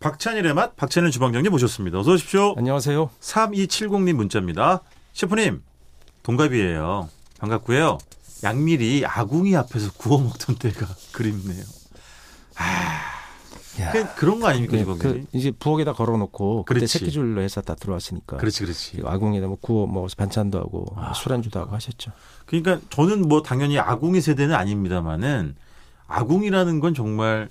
박찬일의 맛 박찬일 주방장님 모셨습니다. 어서 오십시오. 안녕하세요. 3270님 문자입니다. 셰프님 동갑이에요. 반갑고요. 양미리 아궁이 앞에서 구워 먹던 때가 그립네요. 아, 야. 그- 그런 거 아닙니까 네, 주방장님? 그 이제 부엌에다 걸어놓고 그때 그렇지. 새끼줄로 해서 다 들어왔으니까. 그렇지 아. 그렇지. 아궁에다 뭐 구워 먹어서 반찬도 하고 술안주도 하고 하셨죠. 그러니까 저는 뭐 당연히 아궁이 세대는 아닙니다만은 아궁이라는 건 정말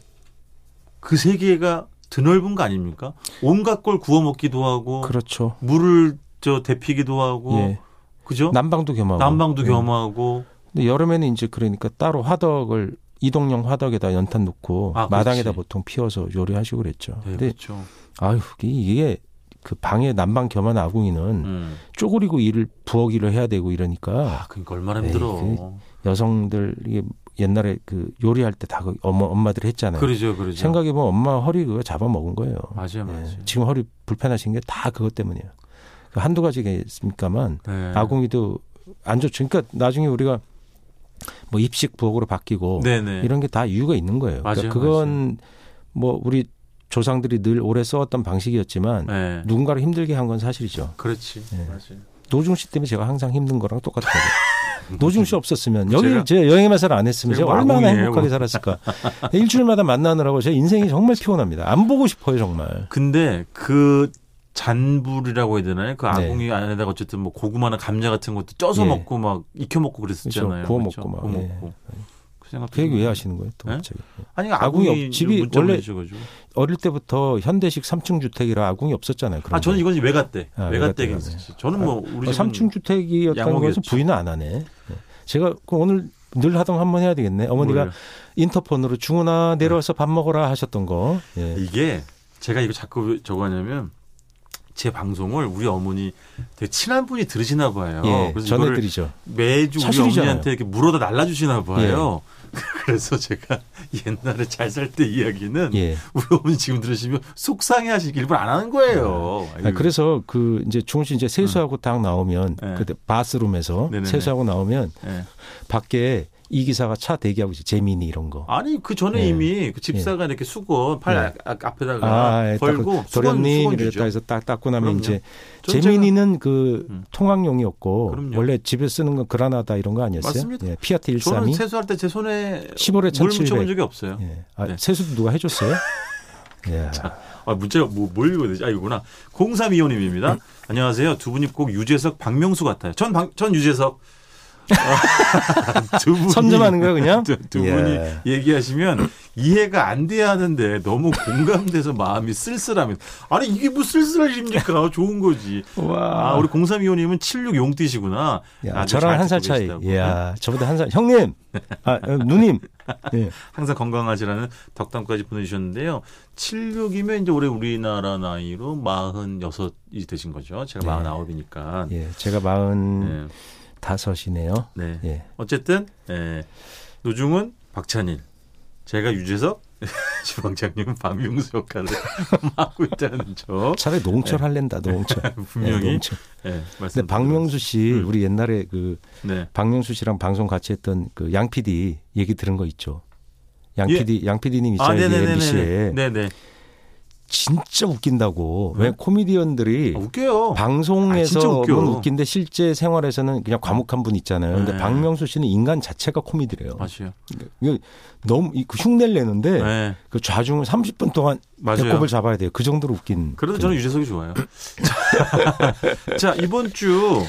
그 세계가 드넓은 거 아닙니까? 온갖 걸 구워 먹기도 하고 그렇죠. 물을 저 데피기도 하고 예. 그죠? 난방도 겸하고. 난방도 예. 어. 겸하고 근데 여름에는 이제 그러니까 따로 화덕을 이동용 화덕에다 연탄 놓고 아, 마당에다 그렇지. 보통 피워서 요리하시고 그랬죠. 네, 근데 그렇죠. 아유 이게 그 방에 난방 겸한 아궁이는 음. 쪼그리고 일을 부엌 일을 해야 되고 이러니까 아, 그러니까 얼마나 에이, 힘들어. 여성들 이게 옛날에 그 요리할 때 다 엄마 엄마들이 했잖아요. 그러죠, 그러죠. 네. 생각해 보면 엄마 허리 그거 잡아먹은 거예요. 맞아요, 맞아요. 예, 지금 허리 불편하신 게 다 그것 때문이에요. 그 한두 가지가 있습니까만 네. 아궁이도 안 좋죠. 그러니까 나중에 우리가 뭐 입식 부엌으로 바뀌고 네네. 뭐 이런 게 다 이유가 있는 거예요. 맞아요, 그러니까 그건 뭐 우리 조상들이 늘 오래 써왔던 방식이었지만 네. 누군가를 힘들게 한 건 사실이죠. 그렇지. 네. 맞아요. 노중 씨 때문에 제가 항상 힘든 거랑 똑같아요. 노중 씨 없었으면 여기 제가- 제가, 여행의 맛을 안 했으면 제가 제가 얼마나 왕궁이에요, 행복하게 뭐. 살았을까. 네, 일주일마다 만나느라고 제 인생이 정말 피곤합니다. 안 보고 싶어요 정말. 근데 그 잔불이라고 해야 되나요? 그 네. 아궁이 안에다가 어쨌든 뭐 고구마나 감자 같은 것도 쪄서 예. 먹고 막 익혀 먹고 그랬었잖아요. 그렇죠. 구워 그렇죠? 먹고 막, 구워 예. 먹고. 그 생각 그 얘기 왜 하시는 거예요 또 네? 갑자기? 아니 아궁이 아궁이, 없- 집이 집이 문자 원래- 원래 주셔가지고. 어릴 때부터 현대식 3층 주택이라 아궁이 없었잖아요. 그런 아 저는 거. 이건 외갓댁. 아, 외갓댁이 외갓댁. 있었지. 저는 뭐 우리 어, 집은 3층 주택이었다는 양옥이었죠. 것은 부인은 안 하네. 네. 제가 그 오늘 늘 하던 거 한번 해야 되겠네. 어머니가 몰라요. 인터폰으로 중훈아 내려와서 밥 먹어라 하셨던 거. 예. 이게 제가 이거 자꾸 왜 저거 하냐면 제 방송을 우리 어머니 되게 친한 분이 들으시나 봐요. 예, 어, 그래서 이거를 전해드리죠. 매주 우리 사실이잖아요. 예. 어머니한테 이렇게 물어다 날라주시나 봐요. 그래서 제가 옛날에 잘 살 때 이야기는 예. 우리 어머니 지금 들으시면 속상해하시기 일부러 안 하는 거예요. 아, 그래서 그 이제 중훈 씨 이제 세수하고 딱 나오면 네. 그때 바스룸에서 네네네. 세수하고 나오면 예. 밖에 이 기사가 차 대기하고 있지 재민이 이런 거. 아니 그 전에 예. 이미 그 집사가 이렇게 수건 팔 예. 아- 앞에다가 예, 걸고 닦고, 수건 도련님 수건 이랬다 주죠. 해서 딱 닦고 그럼요. 나면 이제 전 재민이는 그 음. 통학용이었고 그럼요. 원래 집에 쓰는 건 그라나다 이런 거 아니었어요? 맞습니다. 예, 피아트 제가- 저는 132. 세수할 때 제 손에 15회 물 묻혀본 1700. 적이 없어요. 예. 아, 네. 세수도 누가 해줬어요? 예. 아, 문자가 뭐, 뭘 읽어야 되지? 아, 이거구나. 0325님입니다. 네. 안녕하세요. 두 분이 꼭 유재석, 박명수 같아요. 전, 박, 전 유재석. 아, 두 분이. 선점하는 거야 그냥? 두, 두 예. 분이 얘기하시면 이해가 안 돼야 하는데 너무 공감돼서 마음이 쓸쓸합니다. 아니, 이게 뭐 쓸쓸할 일입니까? 좋은 거지. 와. 아, 우리 0325님은 76 용띠시구나. 야, 아주 저랑 잘 한 살 듣고 차이. 예. 계시다고. 야, 저보다 한 살. 형님, 아, 어, 누님. 예. 항상 건강하시라는 덕담까지 보내주셨는데요. 76이면 이제 올해 우리나라 나이로 46이 되신 거죠. 제가 네. 49이니까. 예, 제가 마흔 네. 다섯이네요. 네. 예. 어쨌든 예. 노중은 박찬일, 제가 유재석, 지방장님은 박명수 역할을 맡고 있다는 점 차라리 농철 할랜다 농철. 네. 분명히 음. 예, 농철. 예, 말씀. 근데 박명수 씨 우리 옛날에 그 네. 박명수 씨랑 방송 같이 했던 그 양 PD 얘기 들은 거 있죠. 양 예. PD 양 PD님 아, 있잖아요 MBC에 네네네네. 네네. 진짜 웃긴다고 왜 코미디언들이 아, 웃겨요. 아, 진짜 방송에서 웃겨. 는 웃긴데 실제 생활에서는 그냥 과묵한 분 있잖아요. 근데 네. 박명수 씨는 인간 자체가 코미디래요. 맞아요. 이거 너무 이그 흉내를 내는데 네. 그 좌중을 30분 동안 맞아요. 배꼽을 잡아야 돼요. 그 정도로 웃긴. 그래도 저는 유재석이 좋아요. 자, 자, 이번 주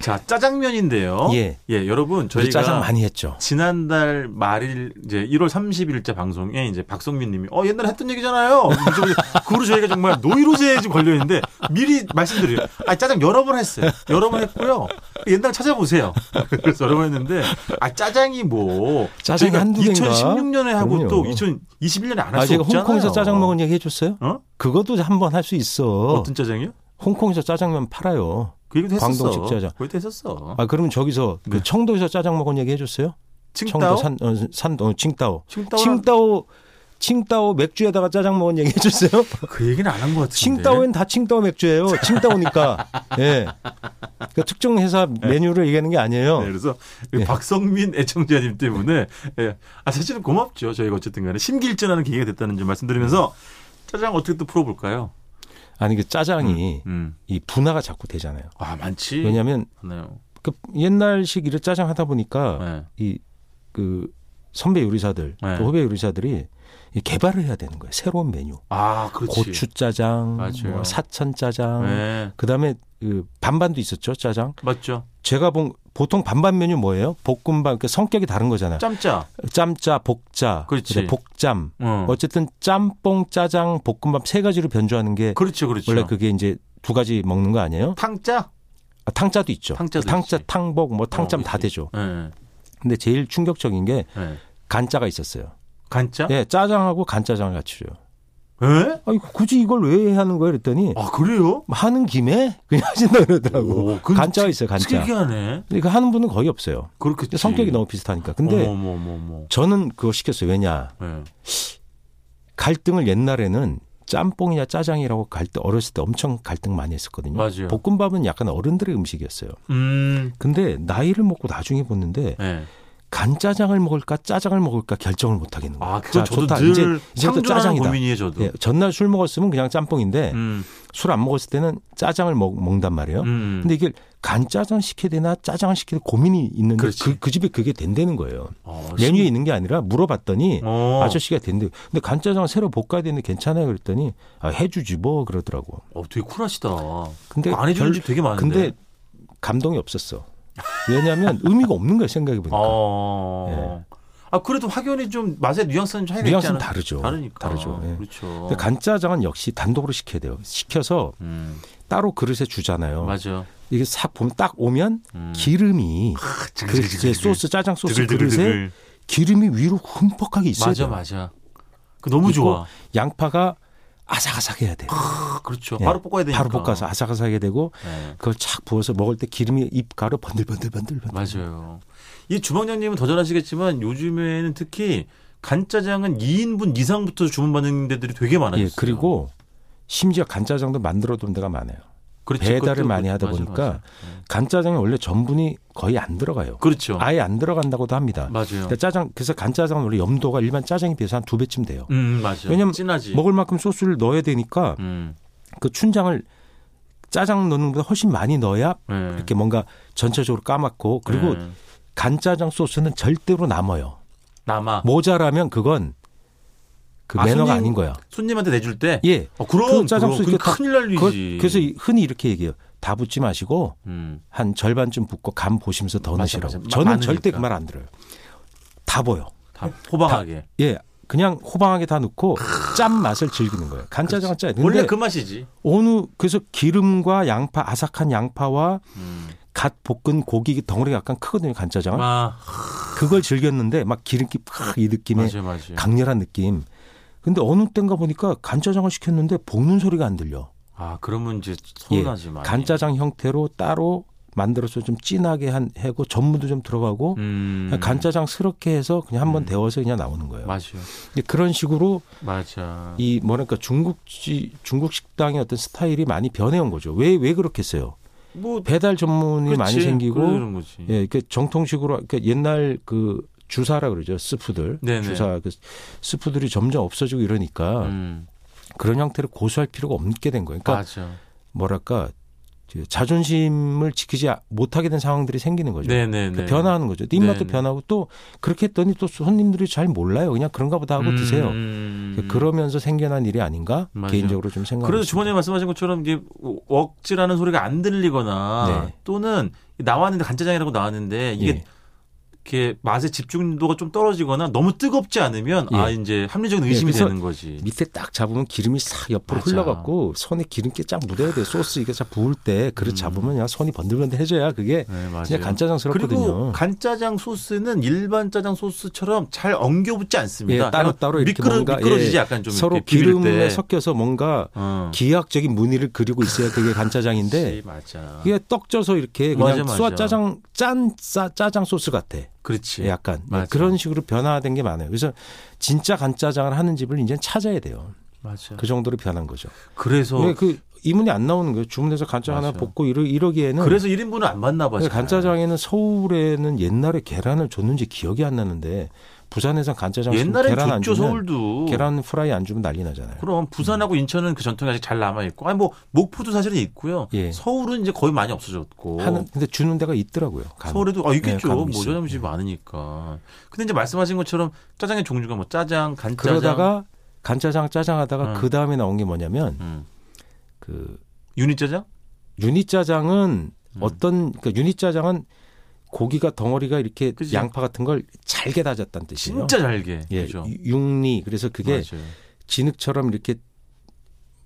자, 짜장면인데요. 예. 여러분 저희 저희가 짜장 많이 했죠. 지난달 말일 이제 1월 30일자 방송에 이제 박성민님이 어 옛날에 했던 얘기잖아요. 그래서 그거로 저희가 정말 노이로제에 지금 걸려 있는데 미리 말씀드려요. 아 짜장 여러 번 했어요. 여러 번 했고요. 옛날 찾아보세요. 그래서 여러 번 했는데 아 짜장이 뭐 짜장이 저희가 한두 개인가? 2016년에 하고 그럼요. 또 2021년에 안 할 아, 수 제가 없잖아요. 홍콩에서 짜장 먹은 얘기 해줬어요? 어? 그것도 한 번 할 수 있어. 어떤 짜장이요? 홍콩에서 짜장면 팔아요. 그 얘기도 했었어. 광동집 짜장. 그것도 했었어. 아, 그러면 저기서 그 네. 청도에서 짜장 먹은 얘기 해줬어요? 칭따오? 청도 산, 어, 산, 어, 칭따오. 칭따오? 칭따오, 칭따오 맥주에다가 짜장 먹은 얘기 해줬어요? 그 얘기는 안 한 것 같은데. 칭따오엔 다 칭따오 맥주예요. 칭따오니까. 예. 그러니까 특정 회사 메뉴를 얘기하는 게 아니에요. 네, 그래서 박성민 애청자님 네. 때문에 예. 아 사실은 고맙죠. 저희가 어쨌든 간에 심기일전하는 계기가 됐다는 점 말씀드리면서 짜장 어떻게 또 풀어볼까요? 아니 그 짜장이 음. 이 분화가 자꾸 되잖아요. 아 많지. 왜냐하면 많아요. 그 옛날식 이를 짜장 하다 보니까 네. 이 그 선배 요리사들, 네. 또 후배 요리사들이 이 개발을 해야 되는 거예요. 새로운 메뉴. 아 그렇지. 고추 짜장, 맞아요. 뭐 사천 짜장, 네. 그다음에 그 반반도 있었죠 짜장. 맞죠. 제가 본 보통 반반 메뉴 뭐예요? 볶음밥 그 성격이 다른 거잖아요. 짬짜. 짬짜, 복짜, 그렇지. 그다음에 복짬. 어. 어쨌든 짬뽕, 짜장, 볶음밥 세 가지로 변주하는 게 그렇죠, 그렇죠. 네. 원래 그게 이제 두 가지 먹는 거 아니에요? 탕짜. 아, 탕짜도 있죠. 탕짜도 탕짜, 있지. 탕복, 뭐 탕짬 어, 다 있지. 되죠. 네. 근데 제일 충격적인 게 네. 간짜가 있었어요. 간짜? 예, 짜장하고 간짜장을 같이 줘요. 에? 아니 굳이 이걸 왜 하는 거야? 그랬더니 아 그래요? 하는 김에 그냥 하신다 그러더라고. 오, 그 간짜가 있어요, 간짜. 특이하네. 근데 그 하는 분은 거의 없어요. 그렇겠지. 성격이 너무 비슷하니까. 근데 어머, 어머, 어머. 저는 그거 시켰어요. 왜냐? 네. 갈등을 옛날에는 짬뽕이냐 짜장이라고 갈등 어렸을 때 엄청 갈등 많이 했었거든요. 맞아요. 볶음밥은 약간 어른들의 음식이었어요. 음. 근데 나이를 먹고 나중에 보는데 네. 간짜장을 먹을까 짜장을 먹을까 결정을 못 하겠는 거예요. 아 그거 자, 저도 좋다. 늘 이제부터 상존하는 짜장이다. 고민이에요, 저도. 예, 전날 술 먹었으면 그냥 짬뽕인데 음. 술 안 먹었을 때는 짜장을 먹, 먹는단 말이에요. 음. 근데 이게 간짜장 시켜야 되나 짜장을 시켜야 되나 고민이 있는데 그렇지. 그, 그 집에 그게 된다는 거예요. 어, 메뉴에 있는 게 아니라 물어봤더니 어. 아저씨가 된대. 근데 간짜장 새로 볶아야 되는데 괜찮아요? 그랬더니 아, 해주지 뭐 그러더라고. 어, 되게 쿨하시다. 근데 안 해주는 별- 집 되게 많은데. 근데 감동이 없었어. 왜냐하면 의미가 없는 거야 생각해 보니까. 어. 아 그래도 확연히 좀 맛의 뉘앙스는 차이가 있지 예. 뉘앙스는 않아요? 다르죠. 다르니까. 다르죠. 예. 그렇죠. 근데 간짜장은 역시 단독으로 시켜야 돼요. 시켜서 음. 따로 그릇에 주잖아요. 맞아. 이게 싹 보면 딱 오면 음. 기름이 그 이제 소스 짜장 소스 그릇에 기름이 위로 흠뻑하게 있어요. 맞아 맞아. 그 너무 있고, 좋아. 양파가 아삭아삭해야 돼요. 아, 그렇죠. 예. 바로 볶아야 되니까. 바로 볶아서 아삭아삭하게 되고 예. 그걸 착 부어서 먹을 때 기름이 입가로 번들번들번들번들. 맞아요. 이 주방장님은 도전하시겠지만 요즘에는 특히 간짜장은 2인분 이상부터 주문받는 데들이 되게 많아요. 예, 그리고 심지어 간짜장도 만들어 놓은 데가 많아요. 그렇죠. 배달을 많이 하다 보니까 간짜장에 원래 전분이 거의 안 들어가요. 네. 그렇죠. 아예 안 들어간다고도 합니다. 맞아요. 그러니까 짜장 그래서 간짜장은 원래 염도가 일반 짜장에 비해서 한 두 배쯤 돼요. 음, 맞아요. 왜냐면 뭐 진하지. 먹을 만큼 소스를 넣어야 되니까 음. 그 춘장을 짜장 넣는 것보다 훨씬 많이 넣어야 네. 이렇게 뭔가 전체적으로 까맣고 그리고 네. 간짜장 소스는 절대로 남아요. 뭐 남아 모자라면 그건 그 아, 매너가 손님- 아닌 거야. 손님한테 내줄 때. 예. 어, 그럼 그 짜장 그럼, 소스 그게 이렇게 딱- 큰일 날 그걸- 일이지. 그래서 이- 흔히 이렇게 얘기해요. 다 붓지 마시고 음. 한 절반쯤 붓고 간 보시면서 더 맞아, 넣으시라고. 맞아. 마- 저는 많으니까. 절대 그 말 안 들어요. 다 보여. 다 호방하게. 예. 그냥 호방하게 다 넣고 짠 맛을 즐기는 거예요. 간짜장은 짜요. 근데 원래 그 맛이지. 어느 그래서 기름과 양파 아삭한 양파와 음. 갓 볶은 고기 덩어리가 약간 크거든요. 간짜장은 아, 그걸 즐겼는데 막 기름기 팍 이 느낌의 맞아요, 맞아요. 강렬한 느낌. 근데 어느 땐가 보니까 간짜장을 시켰는데 볶는 소리가 안 들려. 아, 그러면 이제 서운하지 마. 예, 간짜장 형태로 따로 만들어서 좀 진하게 한 해고 전분도 좀 들어가고 음. 그냥 간짜장스럽게 해서 그냥 한번 데워서 그냥 나오는 거예요. 맞아요. 음. 근데 그런 식으로 맞아. 이 뭐랄까 중국지 중국 식당의 어떤 스타일이 많이 변해온 거죠. 왜 왜 그렇겠어요? 뭐 배달 전문이 그치, 많이 생기고 그러는 거지. 예, 그 정통식으로 그러니까 옛날 그 주사라 그러죠 스프들 네네. 주사 그 스프들이 점점 없어지고 이러니까 음, 그런 형태를 고수할 필요가 없게 된 거예요. 그러니까 맞아. 뭐랄까 저 자존심을 지키지 못하게 된 상황들이 생기는 거죠. 네네네. 그러니까 변화하는 거죠. 또 입맛도 네네. 변하고 또 그렇게 했더니 또 손님들이 잘 몰라요. 그냥 그런가 보다 하고 드세요. 음. 그러면서 생겨난 일이 아닌가 맞아요. 개인적으로 좀 생각합니다. 그래서 주머니에 말씀하신 것처럼 이게 억지라는 소리가 안 들리거나 네. 또는 나왔는데 간짜장이라고 나왔는데 이게 예. 이렇게 맛의 집중도가 좀 떨어지거나 너무 뜨겁지 않으면 아 예. 이제 합리적인 의심이 예, 그래서 되는 거지. 밑에 딱 잡으면 기름이 싹 옆으로 맞아. 흘러갖고 손에 기름기 쫙 묻어야 돼요. 소스 이게 쫙 부을 때 음. 그릇 잡으면 그냥 손이 번들번들해져야 그게 네, 진짜 맞아요. 간짜장스럽거든요. 그리고 간짜장 소스는 일반 짜장 소스처럼 잘 엉겨붙지 않습니다. 예, 따로 따로 이렇게 미끄러, 뭔가, 미끄러지지 예, 약간 좀 서로 이렇게 비빌 기름에 때. 섞여서 뭔가 어. 기하학적인 무늬를 그리고 있어야 그게 간짜장인데 그렇지, 맞아. 이게 떡져서 이렇게 맞아, 그냥 맞아. 쏘아 짜장 짠 싸, 짜장 소스 같아. 그렇지. 약간 예, 맞아. 그런 식으로 변화된 게 많아요. 그래서 진짜 간짜장을 하는 집을 이제 찾아야 돼요. 맞아. 그 정도로 변한 거죠. 네. 그래서 왜 그 이문이 안 나오는 거예요. 주문해서 간장 하나 맞아요. 볶고 이러, 이러기에는 그래서 1인분을 안 맞나 봐요. 그래서 간짜장에는 서울에는 옛날에 계란을 줬는지 기억이 안 나는데 부산에선 간짜장 옛날엔 계란 안 좋죠 주면 서울도. 계란 프라이 안 주면 난리 나잖아요. 그럼 부산하고 인천은 그 전통이 아직 잘 남아 있고, 아니 뭐 목포도 사실은 있고요. 예. 서울은 이제 거의 많이 없어졌고. 하는 근데 주는 데가 있더라고요. 간혹. 그렇죠. 서울에도 아 있겠죠. 모 네, 간혹 뭐 있어요. 저염집 많으니까. 근데 이제 말씀하신 것처럼 짜장의 종류가 뭐 짜장, 간짜장. 그러다가 간짜장 짜장하다가 음. 그 다음에 나온 게 뭐냐면 음. 그 유니짜장? 유니짜장은 어떤 그러니까 유니짜장은 고기가 덩어리가 이렇게 그죠. 양파 같은 걸 잘게 다졌다는 뜻이에요. 진짜 잘게. 네, 예, 그죠? 육리 그래서 그게 예, 맞아요. 진흙처럼 이렇게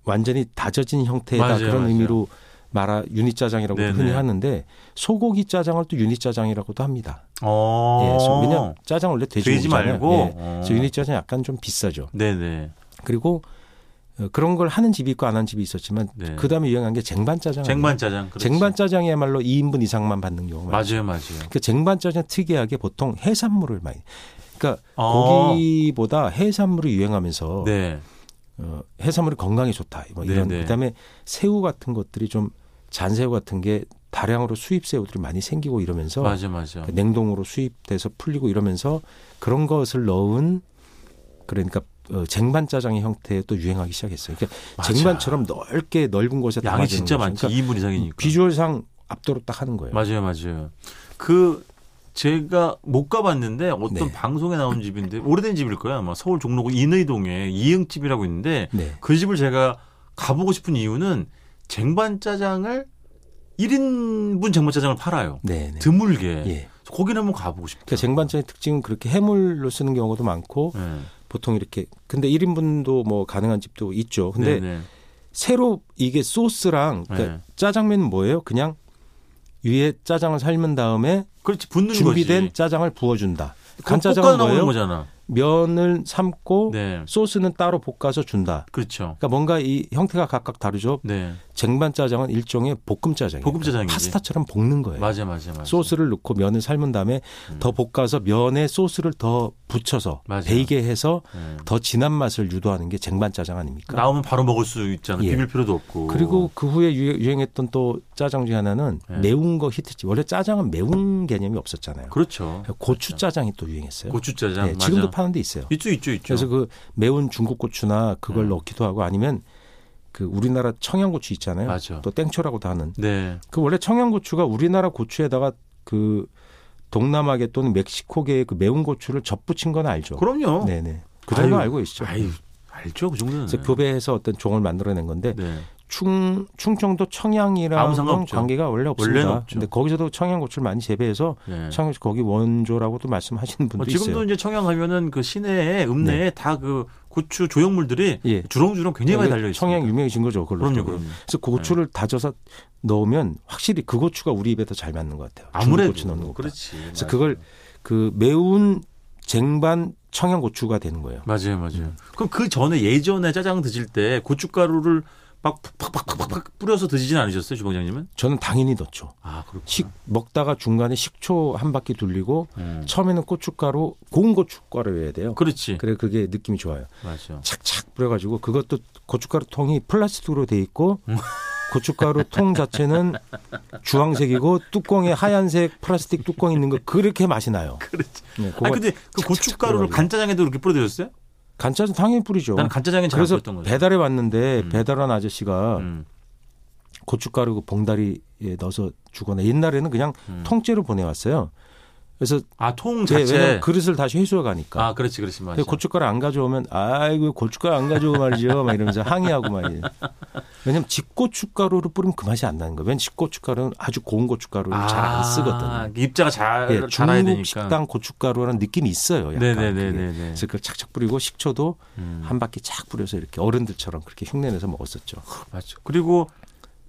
완전히 다져진 형태다 맞아요, 그런 맞아요. 의미로 말아 유니짜장이라고 네네. 흔히 하는데 소고기 짜장을 또 유니짜장이라고도 합니다. 어. 예, 그래서 왜냐면 짜장 원래 돼지, 돼지 고기잖아요. 말고. 예. 어. 그래서 유니짜장 약간 좀 비싸죠. 네네. 그리고 어, 그런 걸 하는 집이 있고 안 하는 집이 있었지만 네. 그 다음에 유행한 게 쟁반짜장. 쟁반 짜장. 그렇지. 쟁반짜장이야말로 2인분 이상만 받는 경우가 맞아요, 많아요. 맞아요. 그 쟁반짜장 특이하게 보통 해산물을 많이. 그러니까 어. 고기보다 해산물이 유행하면서 네. 어, 해산물이 건강에 좋다. 뭐 이런 네네. 그다음에 새우 같은 것들이 좀 잔새우 같은 게 다량으로 수입 새우들이 많이 생기고 이러면서 맞아, 맞아. 그 냉동으로 수입돼서 풀리고 이러면서 그런 것을 넣은 그러니까 어, 쟁반 짜장의 형태에 또 유행하기 시작했어요. 그러니까 맞아. 쟁반처럼 넓게 넓은 곳에 양이 담아지는 진짜 거죠. 많지. 그러니까 이 2인분 이상이니까. 비주얼상 압도로 딱 하는 거예요. 맞아요, 맞아요. 그 제가 못 가봤는데 어떤 네. 방송에 나온 집인데 오래된 집일 거야. 아마 서울 종로구 인의동에 이응집이라고 있는데 네. 그 집을 제가 가보고 싶은 이유는 쟁반짜장을 1인분 쟁반짜장을 팔아요. 네. 네. 드물게. 예. 거기는 한번 가보고 싶다. 그러니까 쟁반짜의 특징은 그렇게 해물로 쓰는 경우도 많고 네. 보통 이렇게 근데 1인분도 뭐 가능한 집도 있죠. 네, 근데 네. 새로 이게 소스랑 그러니까 네. 짜장면은 뭐예요? 그냥 위에 짜장을 삶은 다음에 그렇지 붙는 준비된 거지. 짜장을 부어준다. 그건 간짜장은 볶아 나오는 뭐예요? 거잖아. 면을 삶고 네. 소스는 따로 볶아서 준다. 그렇죠. 그러니까 뭔가 이 형태가 각각 다르죠. 네. 쟁반 짜장은 일종의 볶음 짜장이에요. 볶음 짜장이지. 파스타처럼 볶는 거예요. 맞아 맞아 맞아. 네. 소스를 넣고 면을 삶은 다음에 더 볶아서 면에 소스를 더 붙여서 맞아요. 베이게 해서 네. 더 진한 맛을 유도하는 게 쟁반 짜장 아닙니까? 그러니까 나오면 바로 먹을 수 있잖아. 예. 비빌 필요도 없고. 그리고 그 후에 유- 유행했던 또 짜장 중에 하나는 네. 매운 거 히트집. 원래 짜장은 매운 개념이 없었잖아요. 그렇죠. 고추 짜장이 또 유행했어요. 고추짜장 맞아. 네, 그렇죠. 지금도 파는 데 있어요. 있죠 있죠 있죠. 그래서 그 매운 중국 고추나 그걸 음. 넣기도 하고 아니면 그 우리나라 청양고추 있잖아요. 맞아. 또 땡초라고도 하는. 네. 그 원래 청양고추가 우리나라 고추에다가 그 동남아계 또는 멕시코계의 그 매운 고추를 접붙인 건 알죠. 그럼요. 네네. 그 정도 아유, 알고 계시죠. 아유 알죠 그 정도는. 그래서 교배해서 어떤 종을 만들어낸 건데 네. 충 충청도 아무 청양이랑 상관없죠. 관계가 원래 없습니다. 원래는 없죠. 근데 거기서도 청양고추를 많이 재배해서 네. 청양고추 거기 원조라고도 말씀하시는 분도 어, 지금도 있어요. 네. 이제 청양 가면은 그 시내에 읍내에 다 그 고추 조형물들이 예. 주렁주렁 굉장히 많이 달려 있어요. 청양 유명해진 거죠. 그걸로. 그럼요, 그럼요. 그래서 그 고추를 다져서 넣으면 확실히 그 고추가 우리 입에 더 잘 맞는 것 같아요. 중국 아무래도 고추 넣는 것. 그렇지. 그래서 맞아요. 그걸 그 매운 쟁반 청양고추가 되는 거예요. 맞아요, 맞아요. 그럼 그 전에 예전에 짜장 드실 때 고춧가루를 막 팍팍팍팍 뿌려서 드시진 않으셨어요, 주방장님은? 저는 당연히 넣죠. 아, 그렇구나. 식 먹다가 중간에 식초 한 바퀴 돌리고 음. 처음에는 고춧가루 고운 고춧가루 해야 돼요. 그렇지. 네. 그래 그게 느낌이 좋아요. 맞아요. 착착 뿌려가지고 그것도 고춧가루 통이 플라스틱으로 돼 있고 고춧가루 통 자체는 주황색이고 뚜껑에 하얀색 플라스틱 뚜껑 있는 거 그렇게 맛이 나요. 그렇지. 네, 아 그거 근데 그 고춧가루를 뿌려가지고. 간짜장에도 이렇게 뿌려 드셨어요? 간짜장 당연히 뿌리죠. 나는 간짜장에 잘안 그래서 뿌렸던 거죠. 배달에 왔는데 배달한 아저씨가 음. 고춧가루 그 봉다리에 넣어서 주거나 옛날에는 그냥 통째로 보내왔어요. 그래서 아, 음. 통 제 자체. 네, 왜냐면 그릇을 다시 회수해 가니까. 아, 그렇지, 그렇지. 맞아. 근데 고춧가루 안 가져오면 아이고 고춧가루 안 가져오고 말이죠 막 이러면서 항의하고 막 이래. 왜냐면 집고춧가루를 뿌리면 그 맛이 안 나는 거예요 왜냐면 집고춧가루는 아주 고운 고춧가루를 잘 안 쓰거든요 그 입자가 잘 예, 잘아야 되니까. 중국 식당 고춧가루라는 느낌이 있어요 약간 그게. 네네네네. 음. 그래서 그걸 착착 뿌리고 식초도 한 바퀴 착 뿌려서 이렇게 어른들처럼 그렇게 흉내내서 먹었었죠 맞죠. 그리고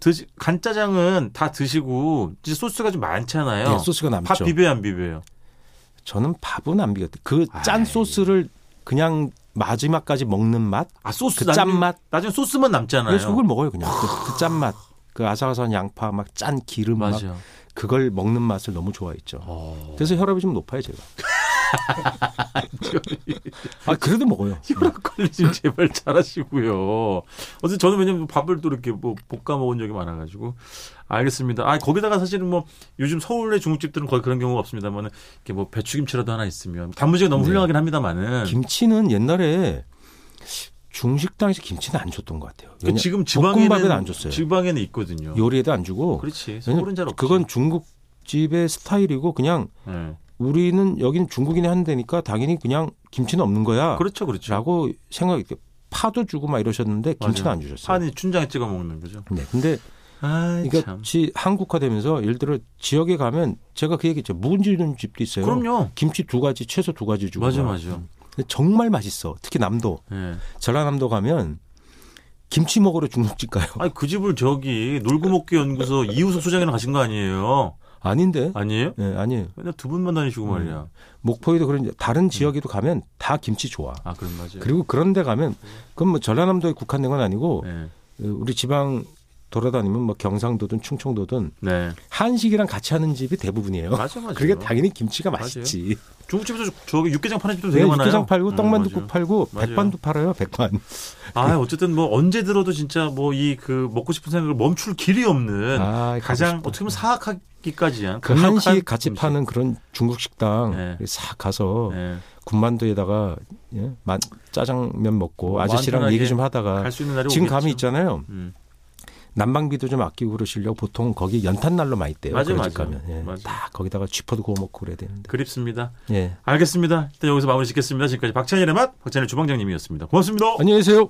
드시, 간짜장은 다 드시고 이제 소스가 좀 많잖아요. 예, 소스가 남죠 밥 비벼요, 안 비벼요? 저는 밥은 안 비겼대 그 짠 아이. 소스를 그냥 마지막까지 먹는 맛 아, 소스 그 나중에- 짠맛? 나중에 소스만 남잖아요. 그래서 그걸 먹어요 그냥 그, 그 짠맛 그 아삭아삭한 양파 막 짠 기름 막 맞아요. 그걸 먹는 맛을 너무 좋아했죠. 어. 그래서 혈압이 좀 높아요, 제가. 아 그래도 먹어요. 혈압 관리 좀 제발 잘하시고요. 어제 저는 왜냐면 밥을 또 이렇게 뭐 볶아 먹은 적이 많아가지고 알겠습니다. 아 거기다가 사실은 뭐 요즘 서울의 중국집들은 거의 그런 경우가 없습니다만 이렇게 뭐 배추김치라도 하나 있으면 단무지가 너무 네. 훌륭하긴 합니다만은 김치는 옛날에 중식당에서 김치는 안 줬던 것 같아요. 그 왜냐- 지금 볶음밥에는 지방에는 안 줬어요. 지방에는 있거든요. 요리에도 안 주고. 그렇지. 왜냐면 서울은 잘 없지. 그건 중국집의 스타일이고 그냥 예. 우리는 여기는 중국인이 하는 데니까 당연히 그냥 김치는 없는 거야. 그렇죠, 그렇죠. 아, 라고 생각이 파도 주고 막 이러셨는데 김치는 맞아요. 안 주셨어요. 파니 춘장에 찍어 먹는 거죠. 네. 근데 아, 그러니까 참. 지- 한국화되면서 예를 들어 지역에 가면 제가 그 얘기했죠. 무은지는 집도 있어요. 그럼요. 김치 두 가지, 채소 두 가지 주고. 맞아, 맞아. 근데 정말 맛있어. 특히 남도, 예. 전라남도 가면 김치 먹으러 중국집 가요. 아니 그 집을 저기 놀고 먹기 연구소 이우석 소장이랑 가신 거 아니에요? 아닌데? 아니에요? 예, 아니에요. 맨날 두 분만 다니시고 말이야. 목포에도 그런 다른 지역에도 가면 다 김치 좋아. 아 그런 맞아요. 그리고 그런 데 가면 그건 뭐 전라남도에 국한된 건 아니고 네. 우리 지방 돌아다니면 뭐 경상도든 충청도든 네. 한식이랑 같이 하는 집이 대부분이에요. 맞아 맞아. 그러니까 당연히 김치가 맞아요. 맛있지. 중국집에서 저- 저기 육개장 파는 집도 네, 되게 많아요. 육개장 팔고 음, 떡만두국 맞아요. 팔고 맞아요. 백반도 팔아요. 백반. 아 어쨌든 뭐 언제 들어도 진짜 뭐 이 그 먹고 싶은 생각을 멈출 길이 없는 아, 네, 가장 가고 싶다. 어떻게 보면 사악하기까지한 그 강력한 한식 같이 음식. 파는 그런 중국 식당 네. 싹 가서 네. 군만두에다가 예? 만- 짜장면 먹고 뭐 아저씨랑 얘기 좀 갈 하다가 수 있는 날이 지금 오겠죠. 감이 있잖아요. 음. 난방비도 좀 아끼고 그러시려고 보통 거기 연탄난로 많이 떼요. 맞아요, 그런 집 맞아요. 가면. 예. 맞아요. 다 거기다가 쥐퍼도 구워 먹고 그래야 되는데. 그립습니다. 예. 알겠습니다. 일단 여기서 마무리 짓겠습니다. 지금까지 박찬일의 맛 박찬일 주방장님이었습니다. 고맙습니다. 안녕히 계세요.